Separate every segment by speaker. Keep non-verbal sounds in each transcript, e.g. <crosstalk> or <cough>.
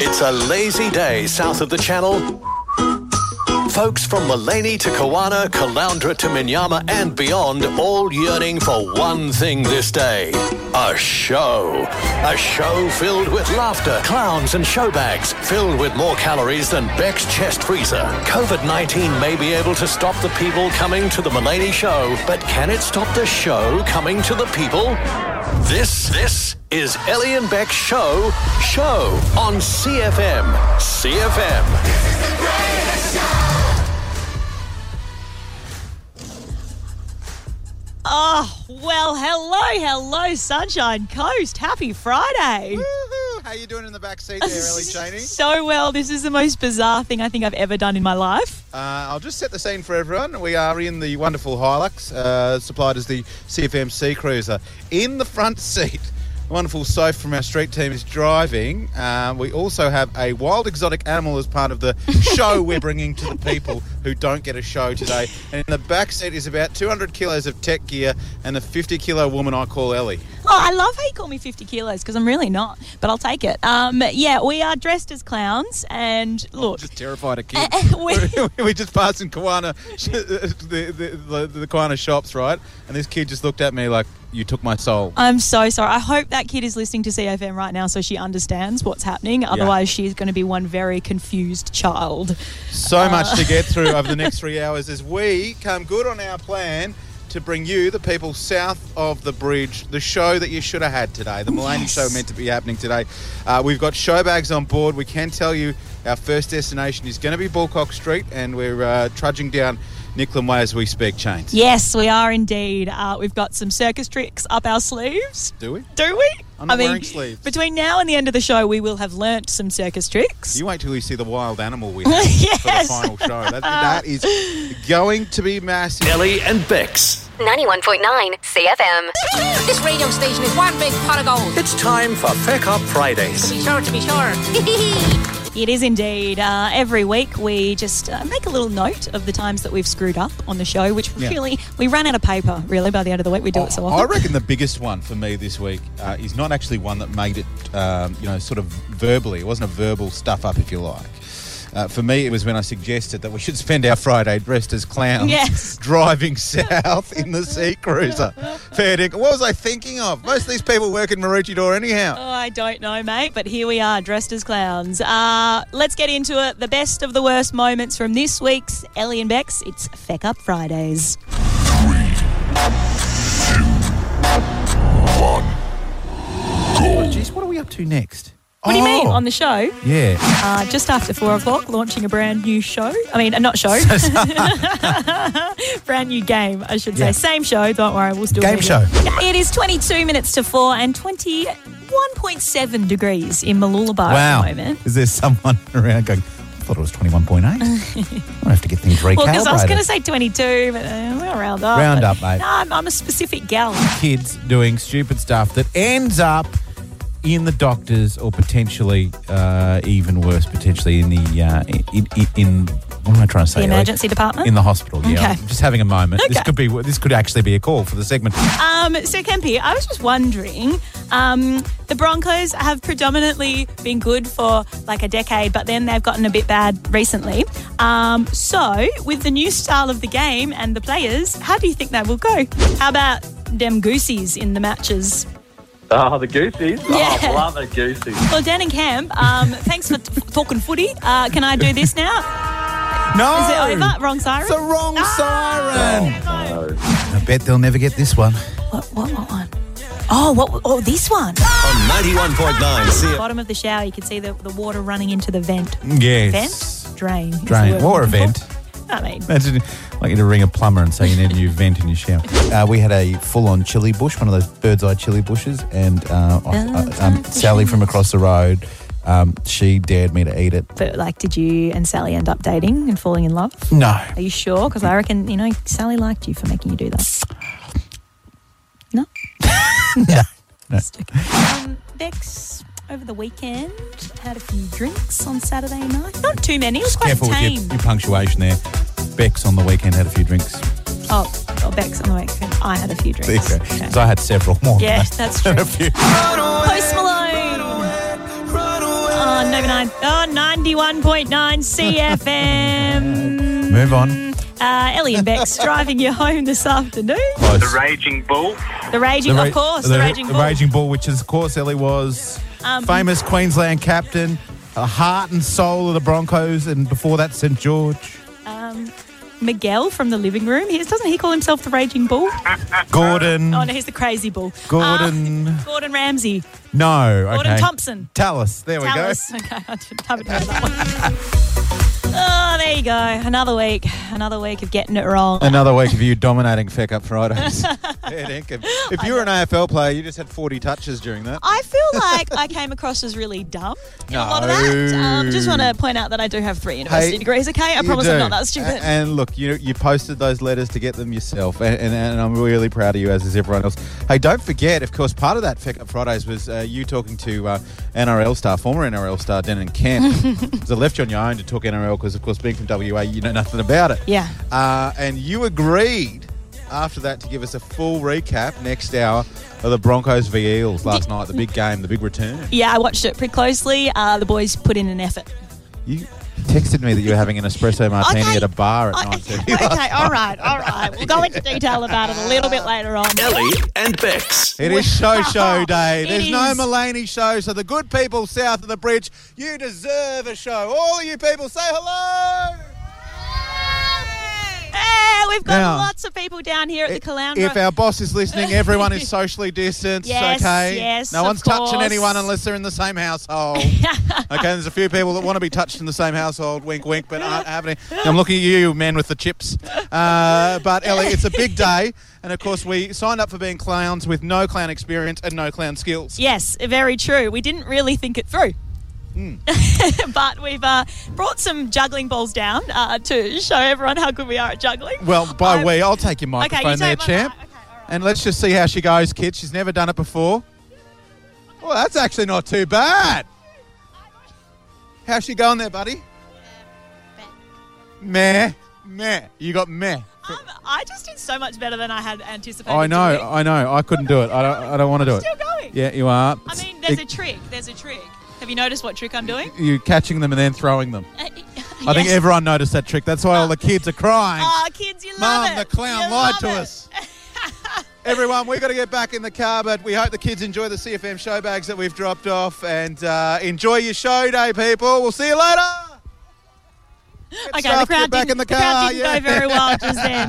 Speaker 1: It's a lazy day south of the channel. Folks from Mullaney to Kawana, Caloundra to Minyama and beyond all yearning for one thing this day. A show. A show filled with laughter, clowns and showbags, filled with more calories than Beck's chest freezer. COVID-19 may be able to stop the people coming to the Mullaney show, but can it stop the show coming to the people? This, this is Ellie and Beck's show, show on CFM. CFM.
Speaker 2: Oh, well, hello, hello, Sunshine Coast. Happy Friday.
Speaker 3: Woohoo! How you doing in the back seat there,
Speaker 2: <laughs>
Speaker 3: Ellie Cheney?
Speaker 2: So well, this is the most bizarre thing I think I've ever done in my life.
Speaker 3: Uh, I'll just set the scene for everyone. We are in the wonderful Hilux, uh, supplied as the CFM Sea Cruiser. In the front seat, the wonderful Soph from our street team is driving. Um, we also have a wild exotic animal as part of the show we're bringing to the people who don't get a show today. And in the back seat is about 200 kilos of tech gear and a 50 kilo woman I call Ellie.
Speaker 2: Oh, I love how you call me 50 kilos because I'm really not, but I'll take it. Um, yeah, we are dressed as clowns and look.
Speaker 3: Just terrified of kids.
Speaker 2: <laughs> we-
Speaker 3: <laughs> we just passed in Kiwana, uh, the, the, the, the Kiwana shops, right? And this kid just looked at me like, you took my soul.
Speaker 2: I'm so sorry. I hope that kid is listening to CFM right now so she understands what's happening. Otherwise, she's going to be one very confused child.
Speaker 3: So
Speaker 2: Uh,
Speaker 3: much to get through over the next three hours as we come good on our plan to bring you, the people south of the bridge, the show that you should have had today, the Mulaney
Speaker 2: Yes.
Speaker 3: show meant to be happening today. Uh, we've got show bags on board. We can tell you our first destination is going to be Bullcock Street, and we're uh, trudging down Nicklin Way as we speak, Chains.
Speaker 2: Yes, we are indeed. Uh, we've got some circus tricks up our sleeves.
Speaker 3: Do we?
Speaker 2: Do we?
Speaker 3: I'm not wearing sleeves.
Speaker 2: Between now and the end of the show, we will have learnt some circus tricks.
Speaker 3: You wait till you see the wild
Speaker 2: <laughs>
Speaker 3: animal we have for the
Speaker 2: Yes. Ah.
Speaker 3: final show.
Speaker 2: <laughs>
Speaker 3: That, that is going to be massive.
Speaker 1: Ellie and Bex.
Speaker 4: 91.9 CFM.
Speaker 5: <laughs> This radio station is one big pot of gold.
Speaker 1: It's time for Feck Up Fridays.
Speaker 5: Be sure to be sure.
Speaker 2: It is indeed. Uh, every week, we just uh, make a little note of the times that we've screwed up on the show, which
Speaker 3: Yeah. Oh,
Speaker 2: really, we run out of paper, really, by the end of the week. We do it so often.
Speaker 3: I reckon the biggest one for me this week uh, is not actually one that made it, um, you know, sort of verbally. It wasn't a verbal stuff up, if you like. Uh, for me, it was when I suggested that we should spend our Friday dressed as clowns,
Speaker 2: Yes.
Speaker 3: <laughs> driving south in the sea cruiser. Fair dinkum. What was I thinking of? Most of these people work in Maroochydore anyhow.
Speaker 2: Oh, I don't know, mate, but here we are, dressed as clowns. Uh, let's get into it. The best of the worst moments from this week's Ellie and Bex. It's Feck Up Fridays.
Speaker 3: Oh, Jeez, what are we up to next?
Speaker 2: What do you
Speaker 3: Oh.
Speaker 2: mean on the show?
Speaker 3: Yeah.
Speaker 2: Uh, just after four o'clock, launching a brand new show. I mean, uh, not
Speaker 3: <laughs>
Speaker 2: show. <laughs> brand new game, I should say.
Speaker 3: Yeah.
Speaker 2: Same show. Don't worry, we'll still
Speaker 3: Game
Speaker 2: be
Speaker 3: show.
Speaker 2: here. It is 22 minutes to four and 21.7 degrees in Malulabar
Speaker 3: Wow.
Speaker 2: at the moment.
Speaker 3: Is there someone <laughs> around going, I thought it was 21.8? <laughs> I have to get things recalibrated.
Speaker 2: Well, because I was going to say 22, but uh, we'll round up.
Speaker 3: Round
Speaker 2: But
Speaker 3: up, mate.
Speaker 2: No, I'm, I'm a specific gal.
Speaker 3: kids doing stupid stuff that ends up in the doctors or potentially uh, even worse, potentially in the uh, in, in, in what am I trying to say?
Speaker 2: The emergency department?
Speaker 3: in the hospital. Yeah,
Speaker 2: Okay.
Speaker 3: I'm just having a moment. This
Speaker 2: Okay.
Speaker 3: could be this could actually be a call for the segment.
Speaker 2: Um, so, Kempy, I was just wondering. Um, the Broncos have predominantly been good for like a decade, but then they've gotten a bit bad recently. Um, so, with the new style of the game and the players, how do you think that will go? How about them goosies in the matches?
Speaker 6: Oh, the Goosies? Oh,
Speaker 2: Yeah.
Speaker 6: I love the Goosies.
Speaker 2: Well, Dan and Cam, um, thanks for t- talking footy. Uh, can I do this now?
Speaker 3: No,
Speaker 2: Is it over? Ah! Wrong siren?
Speaker 3: It's the wrong siren.
Speaker 6: No.
Speaker 3: I bet they'll never get this one.
Speaker 2: What, what, what one? Oh, what? Oh, this one.
Speaker 1: On 91.9 CFM.
Speaker 2: Bottom of the shower, you can see the, the water running into the vent.
Speaker 3: Yes.
Speaker 2: Vent? Drain. is the
Speaker 3: Drain
Speaker 2: word
Speaker 3: or
Speaker 2: I'm looking
Speaker 3: event.
Speaker 2: for. I mean,
Speaker 3: Imagine I'd like you to ring a plumber and say you need a new vent in your shower. Uh, we had a full-on chili bush, one of those bird's-eye chili bushes, and uh, I- I- um, Sally from across the road, um, she dared me to eat it.
Speaker 2: but like, did you and Sally end up dating and falling in love?
Speaker 3: No,
Speaker 2: Are you sure? Because I reckon, you know, Sally liked you for making you do that.
Speaker 3: <laughs>
Speaker 2: No?
Speaker 3: no, no.
Speaker 2: Just joking. Um, Bex, over the weekend, had a few drinks on Saturday night. Not too many. It was quite
Speaker 3: Careful with your,
Speaker 2: tame.
Speaker 3: your punctuation there. Bex on the weekend had a few drinks.
Speaker 2: Oh, oh, Bex on the weekend. I had a few
Speaker 3: There you
Speaker 2: drinks.
Speaker 3: go.
Speaker 2: Okay.
Speaker 3: Because <laughs> I had several more.
Speaker 2: Yes, that's true.
Speaker 3: a few.
Speaker 2: Post Malone. 9 oh, 91.9
Speaker 3: <laughs>
Speaker 2: CFM.
Speaker 3: <laughs> Move on.
Speaker 2: Uh, Ellie and Beck's
Speaker 3: <laughs>
Speaker 2: driving you home this afternoon.
Speaker 3: Close.
Speaker 7: The Raging Bull.
Speaker 2: The Raging,
Speaker 3: ra-
Speaker 2: of course, the, Raging
Speaker 3: the
Speaker 2: Bull. Um,
Speaker 3: Raging Bull, which is, of course, Ellie was famous Queensland captain, a heart and soul of the Broncos, and before that, St George.
Speaker 2: Miguel from the living room. He, doesn't he call himself the Raging Bull?
Speaker 3: Gordon.
Speaker 2: Oh, no, he's the Crazy Bull.
Speaker 3: Gordon.
Speaker 2: Uh, Gordon Ramsay.
Speaker 3: no. Okay.
Speaker 2: Gordon Thompson.
Speaker 3: Tallis. There we go.
Speaker 2: Dallas. <laughs> Okay, I didn't- haven't heard that one. <laughs> Oh, there you go. Another week. Another week of getting it wrong.
Speaker 3: Another week of you dominating Feck
Speaker 2: <laughs>
Speaker 3: Up Fridays. <laughs> Fair dinkum. if you were an AFL player, you just had 40 touches during that.
Speaker 2: I feel like I came across as really dumb in a lot of that.
Speaker 3: No.
Speaker 2: Um, just want to point out that I do have three university
Speaker 3: Hey,
Speaker 2: degrees, okay? I
Speaker 3: You
Speaker 2: promise
Speaker 3: do.
Speaker 2: I'm not that stupid.
Speaker 3: A- And look, you you posted those letters to get them yourself, and, and, and I'm really proud of you, as is everyone else. Hey, don't forget, of course, part of that Feck Up Fridays was uh, you talking to uh, NRL star, former NRL star Denon Kent.
Speaker 2: <laughs>
Speaker 3: so I left you on your own to talk NRL because, of course, being from WA, you know nothing about it.
Speaker 2: Yeah.
Speaker 3: Uh, and you agreed after that to give us a full recap next hour of the Broncos v Eels last night, the big game, the big return.
Speaker 2: yeah, I watched it pretty closely. Uh, the boys put in an effort.
Speaker 3: You texted me that you were having an espresso martini
Speaker 2: Okay.
Speaker 3: at a bar at
Speaker 2: I- <laughs>
Speaker 3: 9.30.
Speaker 2: okay, all right, all right. We'll go into detail about it a little bit later on.
Speaker 1: Ellie and Bex.
Speaker 3: It is show
Speaker 2: <laughs>
Speaker 3: show day.
Speaker 2: It
Speaker 3: There's no
Speaker 2: is.
Speaker 3: Mulaney show, so the good people south of the bridge, you deserve a show. All you people say hello.
Speaker 2: Hey, we've got
Speaker 3: Now-
Speaker 2: lots of people down here at the Caloundra.
Speaker 3: If our boss is listening,
Speaker 2: <laughs>
Speaker 3: everyone is socially distanced.
Speaker 2: Yes,
Speaker 3: okay.
Speaker 2: yes,
Speaker 3: No
Speaker 2: of
Speaker 3: one's touching
Speaker 2: course.
Speaker 3: anyone unless they're in the
Speaker 2: <laughs>
Speaker 3: same household. okay. There's a few people that want to be touched in the same household. Wink, wink, but aren't happening. I'm looking at you, man with the chips. Uh, but Ellie, it's a big day, and of course we signed up for being clowns with no clown experience and no clown skills.
Speaker 2: Yes, very true. We didn't really think it through.
Speaker 3: Hmm.
Speaker 2: <laughs> but we've uh, brought some juggling balls down uh, to show everyone how good we are at juggling.
Speaker 3: Well, by
Speaker 2: I'm-
Speaker 3: we, I'll take your
Speaker 2: Okay, you
Speaker 3: microphone
Speaker 2: take
Speaker 3: there,
Speaker 2: my
Speaker 3: champ.
Speaker 2: mic. Okay, all right.
Speaker 3: And let's just see how she goes, kid. She's never done it before. Well, that's actually not too bad. How's she going there, buddy? Meh. Meh. You got meh.
Speaker 2: Um, I just did so much better than I had anticipated.
Speaker 3: I know,
Speaker 2: doing.
Speaker 3: I know. I couldn't do it. I don't, I don't want to do it.
Speaker 2: still going.
Speaker 3: Yeah, you are.
Speaker 2: I mean, there's a trick. There's a trick. Have you noticed what trick I'm doing?
Speaker 3: You're catching them and then throwing them.
Speaker 2: I
Speaker 3: I think everyone noticed that trick. That's why all the kids are crying.
Speaker 2: Oh, kids, you love
Speaker 3: Mom,
Speaker 2: it.
Speaker 3: the clown
Speaker 2: You
Speaker 3: lied
Speaker 2: love it. <laughs>
Speaker 3: to us. Everyone, we've got to get back in the car, but we hope the kids enjoy the CFM show bags that we've dropped off and uh, enjoy your show day, people. We'll see you later. Get
Speaker 2: Okay,
Speaker 3: stuffed,
Speaker 2: the crowd
Speaker 3: get back
Speaker 2: didn't,
Speaker 3: in the
Speaker 2: the
Speaker 3: car.
Speaker 2: crowd didn't
Speaker 3: yeah.
Speaker 2: go very well just
Speaker 3: <laughs>
Speaker 2: then.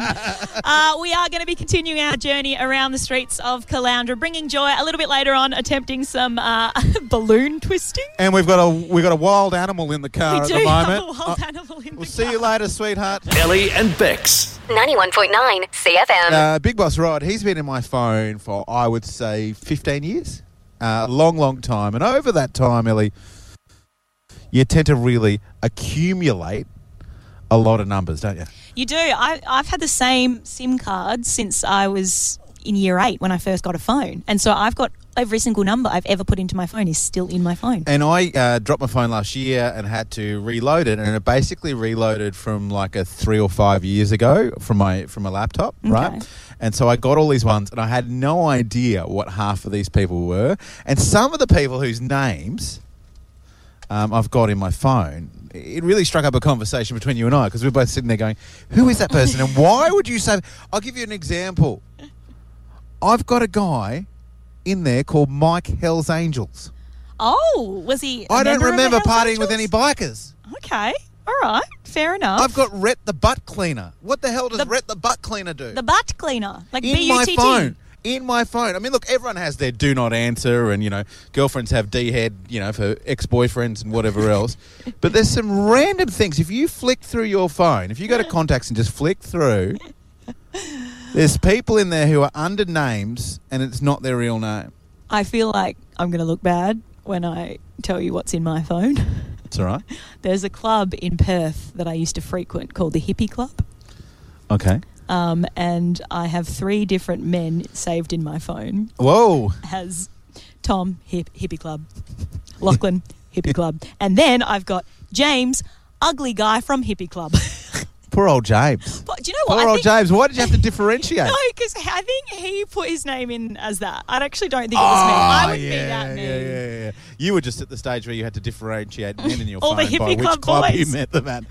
Speaker 2: Uh, we are going to be continuing our journey around the streets of Caloundra, bringing joy a little bit later on, attempting some uh, <laughs> balloon twisting.
Speaker 3: And we've got a we've got a wild animal in the car
Speaker 2: we
Speaker 3: Uh, at
Speaker 2: do
Speaker 3: the moment.
Speaker 2: have a wild
Speaker 3: Uh,
Speaker 2: animal in
Speaker 3: we'll
Speaker 2: the
Speaker 3: see you
Speaker 2: car.
Speaker 3: later, sweetheart.
Speaker 1: Ellie and Bex.
Speaker 4: 91.9 CFM.
Speaker 3: Uh, Big Boss Rod, he's been in my phone for, I would say, 15 years. Uh, a long, long time. And over that time, Ellie, you tend to really accumulate a lot of numbers, don't you?
Speaker 2: You do. I, I've had the same SIM card since I was in year eight when I first got a phone. And so I've got every single number I've ever put into my phone is still in my phone.
Speaker 3: And I uh, dropped my phone last year and had to reload it, and it basically reloaded from like a three or five years ago from my from a laptop, right? And so I got all these ones, and I had no idea what half of these people were, and some of the people whose names um, I've got in my phone. It really struck up a conversation between you and I because we are both sitting there going, "Who is that person? And why would you say?" I'll give you an example. I've got a guy in there called Mike Hell's Angels.
Speaker 2: Oh, was he? I
Speaker 3: I don't remember partying with any
Speaker 2: anybody.
Speaker 3: bikers.
Speaker 2: Okay. All right. Fair enough.
Speaker 3: I've got Rhett the butt cleaner. What the hell does
Speaker 2: The-
Speaker 3: Rhett the butt cleaner do?
Speaker 2: the butt cleaner, like
Speaker 3: in my
Speaker 2: B-U-T-T.
Speaker 3: phone. In my phone. I mean, look, everyone has their do not answer, and you know, girlfriends have D head, you know, for ex boyfriends and
Speaker 2: <laughs>
Speaker 3: whatever else. But there's some random things. If you flick through your phone, if you go to contacts and just flick through, there's people in there who are under names, and it's not their real name.
Speaker 2: I feel like I'm going to look bad when I tell you what's in my phone. <laughs>
Speaker 3: It's all right.
Speaker 2: There's a club in Perth that I used to frequent called the Hippie Club.
Speaker 3: Okay.
Speaker 2: Um, and I have three different men saved in my phone
Speaker 3: Whoa.
Speaker 2: as Tom, hip, Hippie Club, Lachlan, Hippie Club. <laughs> And then I've got James, ugly guy from Hippie Club.
Speaker 3: Poor old James.
Speaker 2: But do you know what?
Speaker 3: Poor
Speaker 2: I
Speaker 3: old
Speaker 2: think-
Speaker 3: James. Why did you have to
Speaker 2: <laughs>
Speaker 3: differentiate?
Speaker 2: No, because I think he put his name in as that. I actually don't think it
Speaker 3: Oh,
Speaker 2: was me. I would be
Speaker 3: yeah,
Speaker 2: that mean.
Speaker 3: yeah, yeah, yeah. You were just at the stage where you had to differentiate men in your
Speaker 2: All the
Speaker 3: phone by
Speaker 2: hippie
Speaker 3: which
Speaker 2: club
Speaker 3: club you
Speaker 2: boys.
Speaker 3: met
Speaker 2: <laughs>
Speaker 3: them at.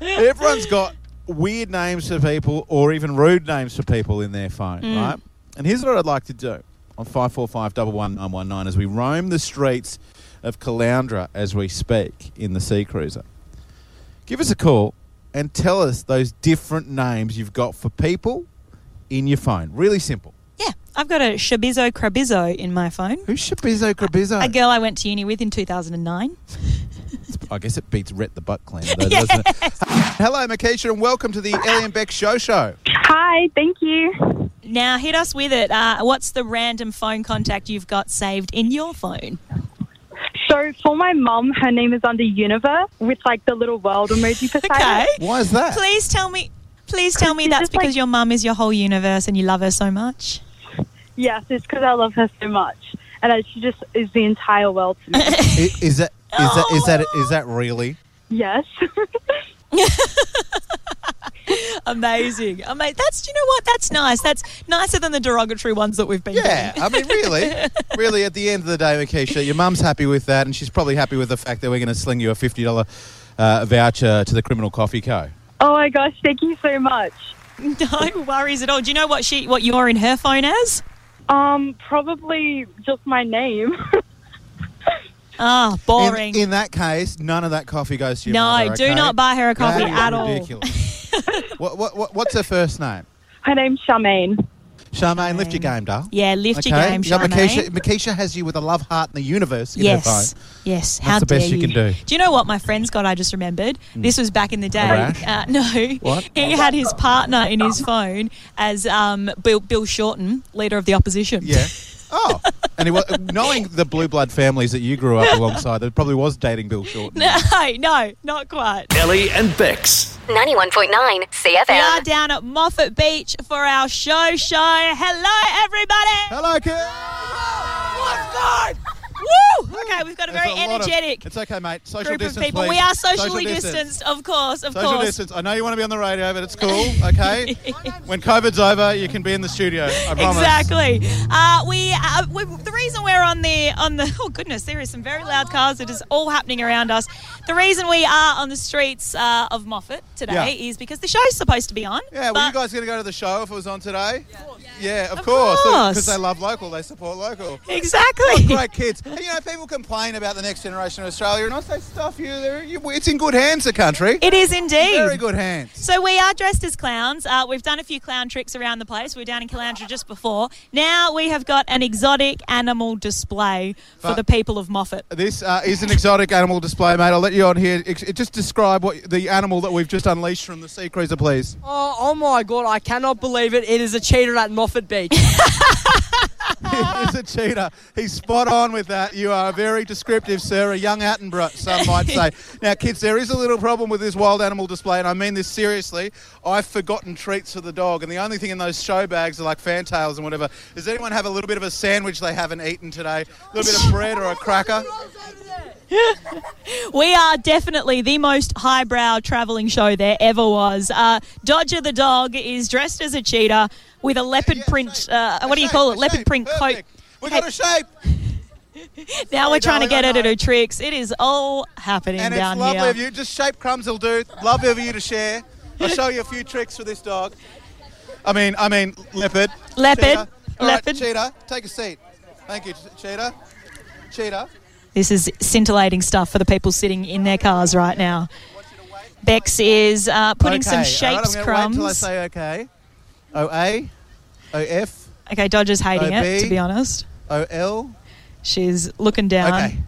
Speaker 3: Everyone's got weird names for people or even rude names for people in their phone,
Speaker 2: Mm.
Speaker 3: right? And here's what I'd like to do on 545 as we roam the streets of Caloundra as we speak in the Sea Cruiser. Give us a call and tell us those different names you've got for people in your phone. Really simple.
Speaker 2: Yeah, I've got a Shabizo Crabizzo in my phone.
Speaker 3: Who's Shabizo Crabizzo?
Speaker 2: A girl I went to uni with in 2009.
Speaker 3: I guess it beats Rhett the butt cleaner,
Speaker 2: <laughs>
Speaker 3: though, doesn't it? Hello, Makisha, and welcome to the Ellie and Beck Show Show.
Speaker 7: Hi, thank you.
Speaker 2: Now hit us with it. Uh, what's the random phone contact you've got saved in your phone?
Speaker 7: So for my mum, her name is under Universe with like the little world emoji beside
Speaker 2: Okay.
Speaker 7: it.
Speaker 3: Why is that?
Speaker 2: Please tell me. Please tell me that's
Speaker 7: just like-
Speaker 2: because your mum is your whole universe and you love her so much.
Speaker 7: Yes, it's because I love her so much, and I, she just is the entire world
Speaker 3: <laughs>
Speaker 7: to me.
Speaker 3: I- Is that is that is that
Speaker 2: Oh.
Speaker 3: is that really?
Speaker 2: <laughs>
Speaker 7: yes. <laughs>
Speaker 2: Amazing. Ama- that's do you know what? That's nice. That's nicer than the derogatory ones that we've been
Speaker 3: Yeah,
Speaker 2: getting.
Speaker 3: I mean, really, really. At the end of the day, Makisha, your mum's happy with that, and she's probably happy with the fact that we're going to sling you a fifty dollar uh, voucher to the Criminal Coffee Co.
Speaker 7: oh my gosh, thank you so much.
Speaker 2: <laughs> No worries at all. Do you know what she what you're in her phone as?
Speaker 7: Um, probably just my name. <laughs>
Speaker 2: Ah,
Speaker 3: In-
Speaker 2: boring.
Speaker 3: In, that case, none of that coffee goes to your
Speaker 2: No,
Speaker 3: mother,
Speaker 2: do
Speaker 3: okay?
Speaker 2: not buy her a coffee
Speaker 3: That is
Speaker 2: at all.
Speaker 3: ridiculous. what, what, what, what's her first name?
Speaker 7: Her name's Charmaine.
Speaker 3: Charmaine, lift your game, darling.
Speaker 2: yeah, lift your game,
Speaker 3: Yeah,
Speaker 2: Charmaine.
Speaker 3: Makisha, Makisha has you with a love heart in the universe in her phone.
Speaker 2: Yes. Yes. How
Speaker 3: the
Speaker 2: dare
Speaker 3: best you can do.
Speaker 2: Do you know what my friend's got? I just remembered. This was back in the day.
Speaker 3: rash?
Speaker 2: Uh, no.
Speaker 3: What?
Speaker 2: He had his partner in his phone as um, Bill, Bill Shorten, leader of the opposition.
Speaker 3: Yeah.
Speaker 2: <laughs>
Speaker 3: Oh, and he was, knowing the blue blood families that you grew up alongside, it probably was dating Bill
Speaker 2: <laughs>
Speaker 3: Shorten.
Speaker 2: No, no, not quite.
Speaker 1: Ellie and Bex.
Speaker 4: 91.9 CFM.
Speaker 2: We are down at Moffat Beach for our show show. Hello, everybody.
Speaker 3: Hello, Kim.
Speaker 2: What's going? Woo! Okay, we've got a very
Speaker 3: There's lot of-
Speaker 2: energetic
Speaker 3: it's okay, mate. Social
Speaker 2: group of
Speaker 3: distance,
Speaker 2: people.
Speaker 3: please.
Speaker 2: We are socially
Speaker 3: Social distance.
Speaker 2: distanced, of course, of
Speaker 3: Social
Speaker 2: course.
Speaker 3: distance. I know you want to be on the radio, but it's cool,
Speaker 2: <laughs>
Speaker 3: okay? when COVID's over, you can be in the studio. I promise.
Speaker 2: Exactly. Uh, we, uh, we the reason we're on the on the oh goodness, there is some very loud cars. It is all happening around us. The reason we are on the streets uh, of Moffat today
Speaker 3: Yeah.
Speaker 2: is because the show's supposed to be on.
Speaker 3: Yeah, were
Speaker 2: but-
Speaker 3: you guys going to go to the show if it was on today? Yeah, of,
Speaker 2: Of
Speaker 3: course.
Speaker 2: course.
Speaker 3: Because they love local, they support local.
Speaker 2: exactly.
Speaker 3: Great kids. And, you know, people complain about the next generation of Australia, and I say, stuff you, they're- you it's in good hands, the country.
Speaker 2: It is indeed.
Speaker 3: Very good hands.
Speaker 2: So we are dressed as clowns. Uh, we've done a few clown tricks around the place. We were down in Caloundra just before. Now we have got an exotic animal display for
Speaker 3: But-
Speaker 2: the people of Moffat.
Speaker 3: This uh, is an exotic animal display, mate. I'll let you on here. Ex- just describe what the animal that we've just unleashed from the sea cruiser, please.
Speaker 8: Oh, oh my god, I cannot believe it. It is a cheater at Moffat
Speaker 3: <laughs>
Speaker 8: Beach. <laughs>
Speaker 3: it's a cheetah. He's spot on with that. You are very descriptive, sir. A young Attenborough, some might
Speaker 8: <laughs>
Speaker 3: say. Now, kids, there is a little problem with this wild animal display, and I mean this seriously. I've forgotten treats for the dog, and the only thing in those show bags are like fantails and whatever. Does anyone have a little bit of a sandwich they haven't eaten today? A little bit of bread or a cracker?
Speaker 2: We are definitely the most highbrow travelling show there ever was. Uh, Dodger the dog is dressed as a cheetah with a leopard
Speaker 3: Yeah,
Speaker 2: print.
Speaker 3: shape.
Speaker 2: Uh,
Speaker 3: A
Speaker 2: what do you
Speaker 3: shape,
Speaker 2: call
Speaker 3: a
Speaker 2: it? Leopard
Speaker 3: shape.
Speaker 2: print coat.
Speaker 3: Perfect. We got a shape,
Speaker 2: Now we're trying to
Speaker 3: darling,
Speaker 2: get
Speaker 3: I
Speaker 2: her to
Speaker 3: know.
Speaker 2: do tricks. It is all happening
Speaker 3: and it's
Speaker 2: down
Speaker 3: lovely
Speaker 2: here.
Speaker 3: of you. Just shape crumbs will do. Lovely of you to share. I'll show you a few tricks for this dog. I mean, I mean leopard.
Speaker 2: Leopard.
Speaker 3: Cheetah. All right,
Speaker 2: Leopard.
Speaker 3: cheetah, take a seat. Thank you, Ch- cheetah. Cheetah.
Speaker 2: This is scintillating stuff for the people sitting in their cars right now. Bex is uh, putting
Speaker 3: Okay,
Speaker 2: some
Speaker 3: all right,
Speaker 2: shapes
Speaker 3: I'm gonna Wait till I
Speaker 2: crumbs.
Speaker 3: say okay. O A, O F,
Speaker 2: Okay, Dodger's hating it,
Speaker 3: OB.
Speaker 2: to be honest.
Speaker 3: O L.
Speaker 2: She's looking down.
Speaker 3: Okay.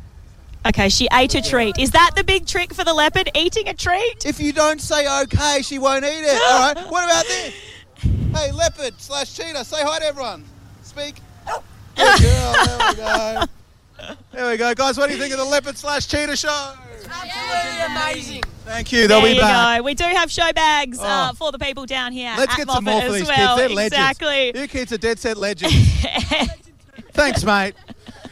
Speaker 2: Okay, she ate a treat. Is that the big trick for the leopard? Eating a treat?
Speaker 3: If you don't say okay, she won't eat it.
Speaker 2: <laughs>
Speaker 3: All right. What about this? Hey, leopard slash cheetah, say hi to everyone. Speak. Good girl. There we go. There we go, guys. What do you think of the leopard slash cheetah show?
Speaker 8: Amazing.
Speaker 3: Thank you. They'll
Speaker 2: there
Speaker 3: be
Speaker 2: you
Speaker 3: back.
Speaker 2: go. We do have show bags uh,
Speaker 3: Oh.
Speaker 2: for the people down here.
Speaker 3: Let's
Speaker 2: at
Speaker 3: get
Speaker 2: Moffat
Speaker 3: some more for
Speaker 2: as
Speaker 3: these
Speaker 2: well.
Speaker 3: kids. They're
Speaker 2: <laughs>
Speaker 3: legends.
Speaker 2: exactly.
Speaker 3: You kids are dead set legends. Thanks, mate.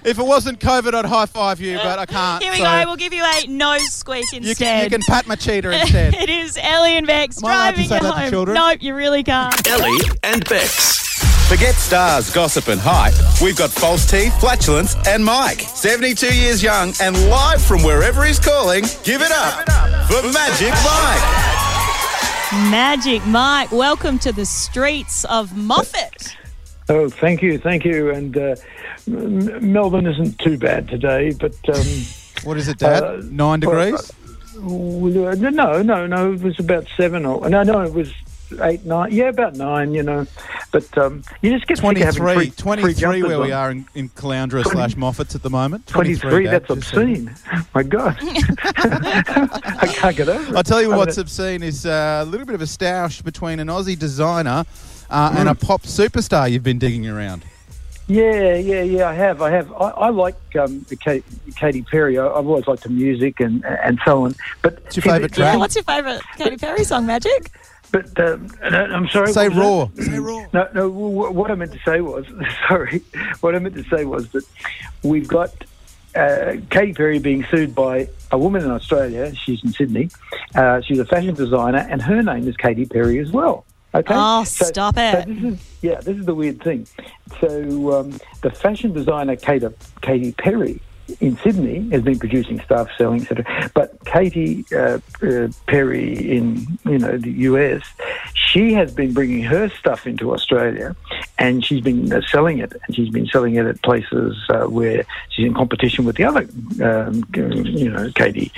Speaker 3: If it wasn't COVID, I'd high five you, but I can't.
Speaker 2: Here we
Speaker 3: so
Speaker 2: go. We'll give you a nose squeak
Speaker 3: you, can, you
Speaker 2: instead.
Speaker 3: can pat my cheater
Speaker 2: <laughs>
Speaker 3: instead.
Speaker 2: it is Ellie and Vex
Speaker 3: Am I allowed to
Speaker 2: driving
Speaker 3: say
Speaker 2: you
Speaker 3: that to
Speaker 2: home.
Speaker 3: children?
Speaker 2: Nope, you really can't.
Speaker 1: Ellie E, and Bex.
Speaker 9: Forget stars, gossip, and hype. We've got false teeth, flatulence, and Mike. 72 years young and live from wherever he's calling. Give it up for Magic Mike.
Speaker 2: Magic Mike, welcome to the streets of Moffat.
Speaker 10: Oh, thank you, thank you. And uh, M- M- Melbourne isn't too bad today, but um,
Speaker 3: What is it, Dad?
Speaker 10: Uh,
Speaker 3: Nine
Speaker 10: well,
Speaker 3: degrees?
Speaker 10: well, uh, no, no, no. It was about seven or no, no, it was eight, nine. Yeah, about nine. You know, but um, you just get sick of having
Speaker 3: 23,
Speaker 10: free- free
Speaker 3: 23
Speaker 10: jumpers
Speaker 3: where we
Speaker 10: on.
Speaker 3: are in, in Caloundra slash Moffats at the moment.
Speaker 10: 23,
Speaker 3: Dad,
Speaker 10: that's
Speaker 3: just so you know.
Speaker 10: obscene. My God. <laughs> I can't get over it.
Speaker 3: I'll tell you
Speaker 10: I mean,
Speaker 3: what's obscene is uh, a little bit of a stoush between an Aussie designer uh, and a
Speaker 10: Mm.
Speaker 3: pop superstar you've been digging around.
Speaker 10: Yeah, yeah, yeah. I have, I have. I, I like um, the Kate, Katy Perry. I, I've always liked her music and and so on. But
Speaker 3: What's your favourite
Speaker 10: See, the-
Speaker 2: Yeah,
Speaker 3: track?
Speaker 2: what's your favourite Katy Perry song, Magic?
Speaker 10: But um, no, I'm sorry.
Speaker 3: Say
Speaker 10: what was
Speaker 3: raw.
Speaker 10: that? No, no. wh- What I meant to say was, <laughs> sorry. What I meant to say was that we've got uh, Katy Perry being sued by a woman in Australia. She's in Sydney. Uh, she's a fashion designer, and her name is Katy Perry as well. Okay.
Speaker 2: Oh,
Speaker 10: So-
Speaker 2: stop
Speaker 10: so
Speaker 2: it.
Speaker 10: this is, <clears throat> yeah, this is the weird thing. So um, the fashion designer Katy, Katy Perry in Sydney has been producing stuff, selling, etc. But Katy uh, uh, Perry in you know the US, she has been bringing her stuff into Australia, and she's been uh, selling it, and she's been selling it at places uh, where she's in competition with the other, um, you know, Katy.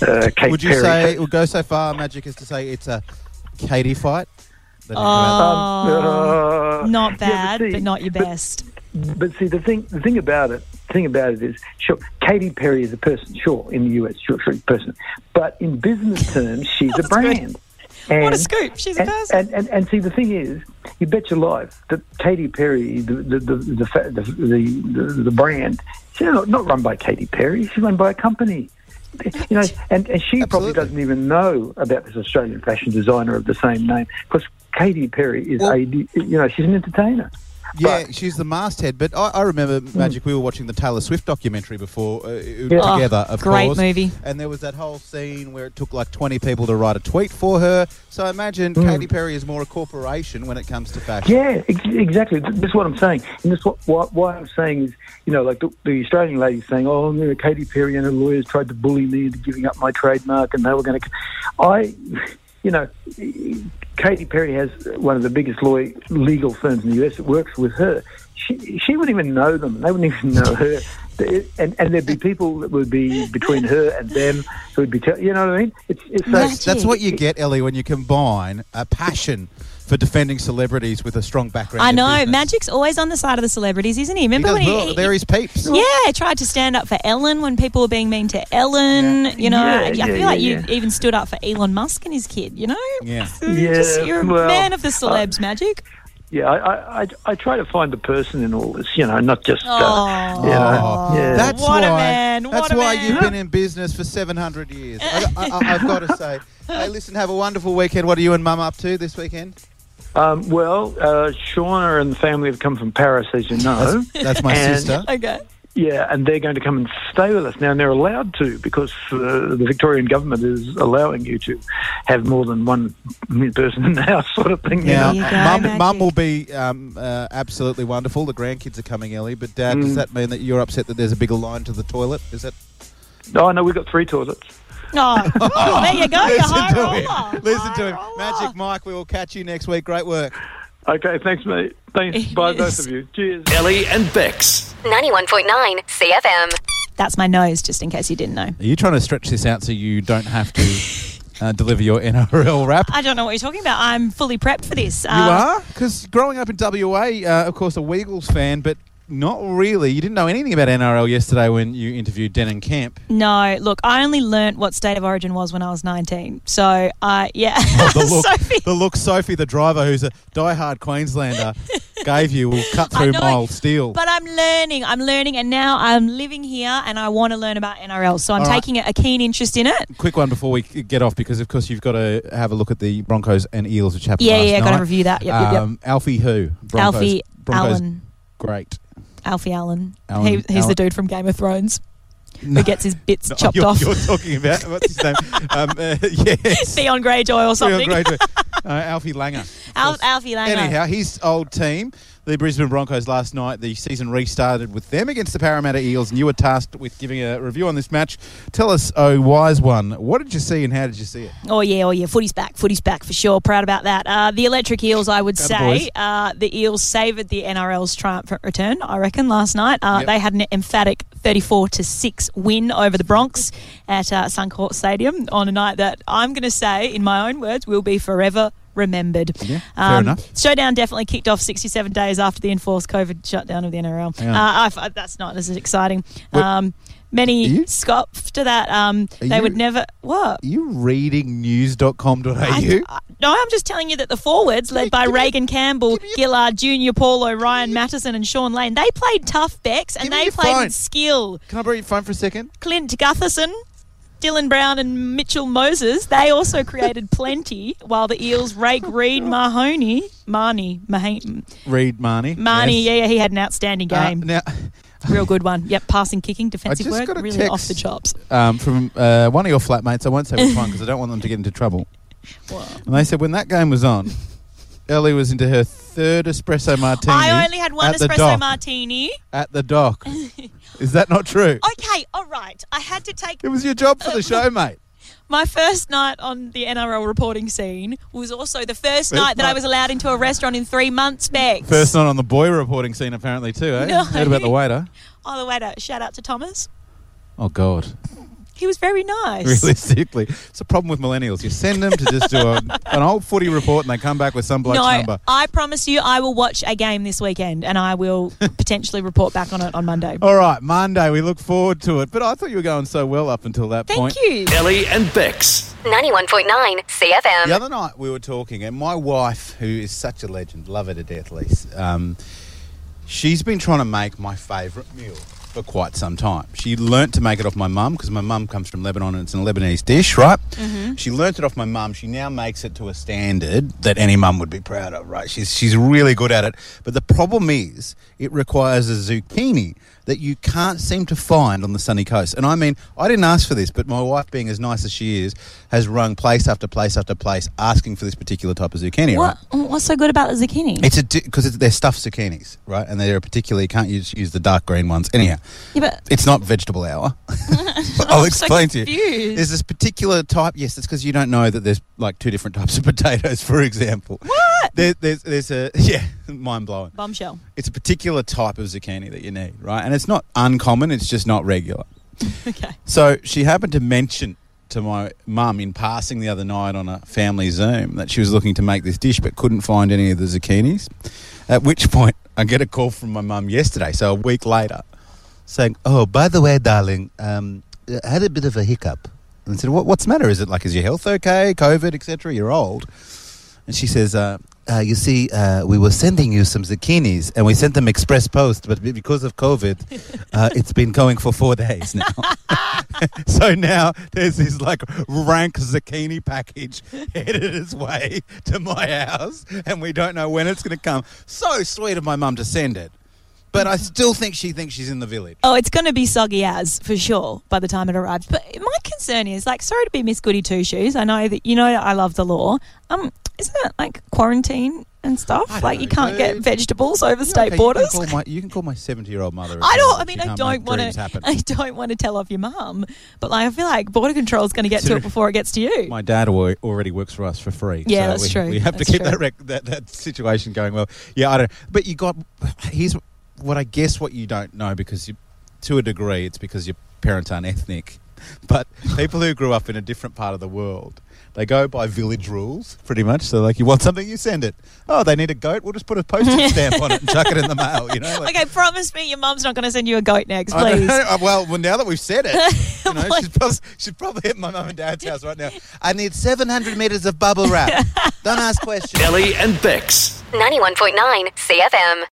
Speaker 10: Uh, Kate
Speaker 3: Would you
Speaker 10: Perry.
Speaker 3: say, it would go so far, Magic, as to say it's a Katie fight? That didn't come out.
Speaker 2: Oh,
Speaker 10: uh,
Speaker 2: not
Speaker 10: Um, <laughs> yeah, but
Speaker 2: bad,
Speaker 10: see,
Speaker 2: but not your
Speaker 10: but- <laughs>
Speaker 2: best.
Speaker 10: But see, the thing, the thing about it, the thing about it is, sure, Katy Perry is a person, sure, in the US, sure, sure, person, but in business terms, she's a
Speaker 2: That's good.
Speaker 10: brand. And,
Speaker 2: What a scoop. She's a
Speaker 10: and,
Speaker 2: person.
Speaker 10: And, and, and see, the thing is, you bet your life that Katy Perry, the the the the fa- the, the, the, the brand, she's not, not run by Katy Perry. She's run by a company. You know, and, and she
Speaker 3: Absolutely.
Speaker 10: probably doesn't even know about this Australian fashion designer of the same name because Katy Perry is
Speaker 3: Well-
Speaker 10: a you know she's an entertainer.
Speaker 3: Yeah, she's the masthead. But I, I remember
Speaker 2: Hmm.
Speaker 3: Magic. We were watching the Taylor Swift documentary before uh,
Speaker 10: Yeah.
Speaker 3: together,
Speaker 2: Oh,
Speaker 3: of
Speaker 2: great
Speaker 3: course.
Speaker 2: movie.
Speaker 3: And there was that whole scene where it took like twenty people to write a tweet for her. So imagine
Speaker 2: Hmm.
Speaker 3: Katy Perry is more a corporation when it comes to fashion.
Speaker 10: Yeah, ex- exactly. Th- That's what I'm saying. And that's what, what, what I'm saying is, you know, like the, the Australian lady saying, oh, you know, Katy Perry and her lawyers tried to bully me into giving up my trademark and they were going to. I, you know, Katy Perry has one of the biggest law- legal firms in the US that works with her. She, she wouldn't even know them. They wouldn't even know her. And, and there'd be people that would be between her and them who would be, tell, you know what I mean? It's, it's so,
Speaker 2: Magic.
Speaker 3: That's what you get, Ellie, when you combine a passion for defending celebrities with a strong background.
Speaker 2: I
Speaker 3: in
Speaker 2: know.
Speaker 3: business.
Speaker 2: Magic's always on the side of the celebrities, isn't he?
Speaker 3: He
Speaker 2: Remember
Speaker 3: does
Speaker 2: when
Speaker 3: well.
Speaker 2: he.
Speaker 3: There is peeps.
Speaker 2: yeah, tried to stand up for Ellen when people were being mean to Ellen. You know,
Speaker 10: Yeah,
Speaker 2: I- I
Speaker 10: yeah,
Speaker 2: feel like
Speaker 10: yeah,
Speaker 2: you
Speaker 10: yeah.
Speaker 2: even stood up for Elon Musk and his kid. You know,
Speaker 3: Yeah.
Speaker 2: <laughs> So you just,
Speaker 10: Yeah,
Speaker 2: you're a
Speaker 10: well, uh,
Speaker 2: man of the celebs, Magic.
Speaker 10: yeah, I, I, I, I try to find the person in all this, you know, not just. Uh,
Speaker 2: Oh,
Speaker 10: you know,
Speaker 3: Oh,
Speaker 10: yeah.
Speaker 3: That's
Speaker 2: What a
Speaker 3: why,
Speaker 2: man,
Speaker 3: That's
Speaker 2: what a
Speaker 3: why
Speaker 2: man.
Speaker 3: you've been in business for 700 years. I, have
Speaker 2: <laughs>
Speaker 3: got to say. Hey, listen, have a wonderful weekend. What are you and Mum up to this weekend?
Speaker 10: Um, well, uh, Shauna and the family have come from Paris, as you know.
Speaker 3: That's my
Speaker 10: And-
Speaker 3: sister.
Speaker 2: okay.
Speaker 10: <laughs> yeah, and they're going to come and stay with us now, and they're allowed to because uh, the Victorian government is allowing you to have more than one <laughs> person in the house, sort of thing.
Speaker 3: Now,
Speaker 10: You know?
Speaker 2: you go,
Speaker 3: Mum,
Speaker 2: Magic.
Speaker 3: Mum will be um, uh, absolutely wonderful. The grandkids are coming, Ellie. But, Dad, does that mean that you're upset that there's a bigger line to the toilet? Is that.
Speaker 10: Oh no, we've got three toilets.
Speaker 2: Oh, oh, there you go. You're high
Speaker 3: to him.
Speaker 2: roller.
Speaker 3: Listen to
Speaker 2: High
Speaker 3: him.
Speaker 2: roller.
Speaker 3: Magic Mike, we will catch you next week. Great work.
Speaker 10: Okay, thanks, mate. Thanks, bye,
Speaker 2: Yes.
Speaker 10: both of you. Cheers.
Speaker 1: Ellie and Bex.
Speaker 4: 91.9 CFM.
Speaker 2: That's my nose, just in case you didn't know.
Speaker 3: Are you trying to stretch this out so you don't have <laughs> to uh, deliver your NRL wrap?
Speaker 2: I don't know what you're talking about. I'm fully prepped for this. Um,
Speaker 3: You are? Because growing up in WA, uh, of course, a Weagles fan, but not really. You didn't know anything about NRL yesterday when you interviewed Denon Camp.
Speaker 2: <laughs> No, look, I only learnt what state of origin was when I was 19. So, uh, yeah.
Speaker 3: Oh,
Speaker 2: <laughs>
Speaker 3: The look,
Speaker 2: Sophie.
Speaker 3: the look Sophie, the driver, who's a diehard
Speaker 2: <laughs>
Speaker 3: Queenslander, gave you will cut
Speaker 2: I
Speaker 3: through
Speaker 2: know,
Speaker 3: mild steel.
Speaker 2: But I'm learning. I'm learning, and now I'm living here, and I want to learn about NRL. So I'm
Speaker 3: All right.
Speaker 2: taking a a keen interest in it.
Speaker 3: Quick one before we get off, because of course you've got to have a look at the Broncos and Eels, which happened
Speaker 2: Yeah,
Speaker 3: last
Speaker 2: yeah,
Speaker 3: night.
Speaker 2: got to review that. Yep, yep, yep.
Speaker 3: Um, Alfie who? Broncos,
Speaker 2: Alfie
Speaker 3: Broncos
Speaker 2: Allen.
Speaker 3: Great. <laughs>
Speaker 2: Alfie Allen.
Speaker 3: Allen-
Speaker 2: he, he's
Speaker 3: Allen-
Speaker 2: the dude from Game of Thrones who gets his bits
Speaker 3: <laughs> No,
Speaker 2: chopped
Speaker 3: you're,
Speaker 2: off.
Speaker 3: You're talking about what's
Speaker 2: <laughs>
Speaker 3: his name? um, uh, <laughs> yes,
Speaker 2: Theon Greyjoy or something.
Speaker 3: Real
Speaker 2: <laughs>
Speaker 3: great. uh, Alfie Langer.
Speaker 2: Al- Alfie Langer.
Speaker 3: Anyhow, his old team, the Brisbane Broncos, last night the season restarted with them against the Parramatta Eels, and you were tasked with giving a review on this match. Tell us, oh wise one, what did you see and how did you see it?
Speaker 2: Oh yeah, oh yeah, footy's back, footy's back for sure. Proud about that. Uh, the electric eels, I would
Speaker 3: Atta boys.
Speaker 2: say, uh, the eels savoured the NRL's triumphant return. I reckon last night uh,
Speaker 3: Yep.
Speaker 2: they had an emphatic thirty-four to six win over the Bronx at uh, Suncourt Stadium on a night that I'm going to say, in my own words, will be forever remembered.
Speaker 3: Yeah, fair enough.
Speaker 2: Showdown definitely kicked off 67 days after the enforced COVID shutdown of the NRL.
Speaker 3: Yeah.
Speaker 2: Uh, I f- I- that's not as exciting.
Speaker 3: Wait.
Speaker 2: Um,
Speaker 3: Are
Speaker 2: many
Speaker 3: you-
Speaker 2: scoffed to that. Um,
Speaker 3: Are
Speaker 2: they
Speaker 3: you-
Speaker 2: would never. What?
Speaker 3: Are you reading news.com.au?
Speaker 2: I- I- no, I'm just telling you that the forwards, led by Reagan Campbell, Gillard Jr., Paulo, Ryan Mattison, and Sean Lane, they played tough backs and
Speaker 3: Give me
Speaker 2: they
Speaker 3: your
Speaker 2: played
Speaker 3: phone.
Speaker 2: with skill.
Speaker 3: Can I borrow your phone for a second?
Speaker 2: Clint Gutherson, Dylan Brown, and Mitchell Moses, they also created plenty, while the Eels, Rake
Speaker 3: <laughs>
Speaker 2: Reed, Mahoney, Marnie, Mahoney,
Speaker 3: Read Marnie.
Speaker 2: Marnie,
Speaker 3: Yes.
Speaker 2: yeah, yeah, he had an outstanding
Speaker 3: Uh,
Speaker 2: game.
Speaker 3: now,
Speaker 2: Real good one. Yep, passing, kicking, defensive
Speaker 3: just
Speaker 2: work,
Speaker 3: got a
Speaker 2: really
Speaker 3: text.
Speaker 2: off the chops.
Speaker 3: um, from uh, one of your flatmates, I won't say which one because I don't want them to get into trouble. And they said when that game was on, Ellie was into her third espresso martini.
Speaker 2: I only had one
Speaker 3: at the
Speaker 2: espresso
Speaker 3: dock-
Speaker 2: martini.
Speaker 3: at
Speaker 2: <laughs>
Speaker 3: the dock. Is that not true?
Speaker 2: Okay, all right. I had to take
Speaker 3: It was your job for the
Speaker 2: <laughs>
Speaker 3: show, mate.
Speaker 2: My first night on the NRL reporting scene was also the first, night that I
Speaker 3: night.
Speaker 2: was allowed into a restaurant in three months, Bex.
Speaker 3: First night on the boy reporting scene, apparently too. Eh?
Speaker 2: No.
Speaker 3: Heard about the waiter?
Speaker 2: Oh, the waiter. Shout out to Thomas. <laughs>
Speaker 3: Oh God,
Speaker 2: He was very nice.
Speaker 3: realistically, it's a problem with millennials. You send them to just do a, an old footy report, and they come back with some bloke's
Speaker 2: <laughs> No,
Speaker 3: number.
Speaker 2: I promise you, I will watch a game this weekend, and I
Speaker 3: <laughs>
Speaker 2: will potentially report back on it on Monday.
Speaker 3: All right, Monday. We look forward to it. But I thought you were going so well up until that
Speaker 2: Thank
Speaker 3: point.
Speaker 2: you.
Speaker 1: Ellie and Bex.
Speaker 4: 91.9 CFM.
Speaker 3: The other night we were talking, and my wife, who is such a legend, love her to death, Lise, um, she's been trying to make my favourite meal for quite some time. She learnt to make it off my mum because my mum comes from Lebanon and it's a Lebanese dish, right? She learnt it off my mum. She now makes it to a standard that any mum would be proud of, right? She's, she's really good at it. But the problem is, it requires a zucchini that you can't seem to find on the sunny coast. And I mean, I didn't ask for this, but my wife, being as nice as she is, has rung place after place after place asking for this particular type of zucchini, right?
Speaker 2: What, what's so good about the zucchini?
Speaker 3: It's a because they're stuffed zucchinis, right? And they're particularly can't use use the dark green ones. Anyhow,
Speaker 2: yeah, but
Speaker 3: it's not vegetable hour. <laughs> I'll
Speaker 2: so
Speaker 3: explain to you.
Speaker 2: confused.
Speaker 3: There's this particular type. Yes, it's because you don't know that there's like two different types of <laughs> potatoes. For example, what? There, there's there's a <laughs> yeah, mind blowing.
Speaker 2: bombshell. <laughs>
Speaker 3: It's a particular type of zucchini that you need, right? And it's not uncommon. It's just not regular.
Speaker 2: Okay.
Speaker 3: So she happened to mention to my mum in passing the other night on a family Zoom that she was looking to make this dish but couldn't find any of the zucchinis. At which point, I get a call from my mum yesterday, so a week later, saying, "Oh, by the way, darling, um, I had a bit of a hiccup." And I said, what, "What's the matter? Is it like is your health okay? COVID, etc. You're old." And she says, uh, uh, "You see, uh, we were sending you some zucchinis, and we sent them express post, but be- because of COVID, uh, it's been going for four days now." <laughs> so now there's this like rank zucchini package <laughs> headed its way to my house, and we don't know when it's going to come. So sweet of my mum to send it, but I still think she thinks she's in the village.
Speaker 2: Oh, it's going to be soggy as for sure by the time it arrives. But my concern is like, sorry to be Miss Goody Two Shoes. I know that you know I love the law. Um, isn't it like quarantine and
Speaker 3: I
Speaker 2: stuff?
Speaker 3: don't
Speaker 2: Like you
Speaker 3: know,
Speaker 2: can't get
Speaker 3: dude.
Speaker 2: vegetables over
Speaker 3: Yeah,
Speaker 2: state
Speaker 3: okay,
Speaker 2: borders.
Speaker 3: You can call my, you can call my seventy-year-old mother.
Speaker 2: <laughs>
Speaker 3: a
Speaker 2: I don't. I
Speaker 3: village.
Speaker 2: mean,
Speaker 3: You
Speaker 2: I
Speaker 3: can't
Speaker 2: don't
Speaker 3: make
Speaker 2: want
Speaker 3: dreams
Speaker 2: to.
Speaker 3: happen.
Speaker 2: <laughs> I don't want to tell off your mum. But like, I feel like border control is going to get to it
Speaker 3: Consider-
Speaker 2: before it gets to you.
Speaker 3: My dad al- already works for us for free.
Speaker 2: Yeah, that's
Speaker 3: we,
Speaker 2: true.
Speaker 3: We have
Speaker 2: That's
Speaker 3: to keep
Speaker 2: true.
Speaker 3: that, rec- that that situation going well. Yeah, I don't. But you got here's what I guess what you don't know because you, to a degree, it's because your parents aren't ethnic. <laughs> But people who grew up in a different part of the world, they go by village rules pretty much. So like, you want something, you send it. Oh, they need a goat. We'll just put
Speaker 2: <laughs>
Speaker 3: a postage stamp on it and chuck it in the mail. You know. like-
Speaker 2: okay, promise me your mum's not going to send you a goat next,
Speaker 3: I don't
Speaker 2: please. <laughs>
Speaker 3: know. Uh, Well, well, now that we've said it, you know, she's, probably, she's probably at my mum and dad's house right now. I need 700 metres of bubble wrap. don't ask questions.
Speaker 1: Ellie and Bex.
Speaker 4: 91.9 CFM.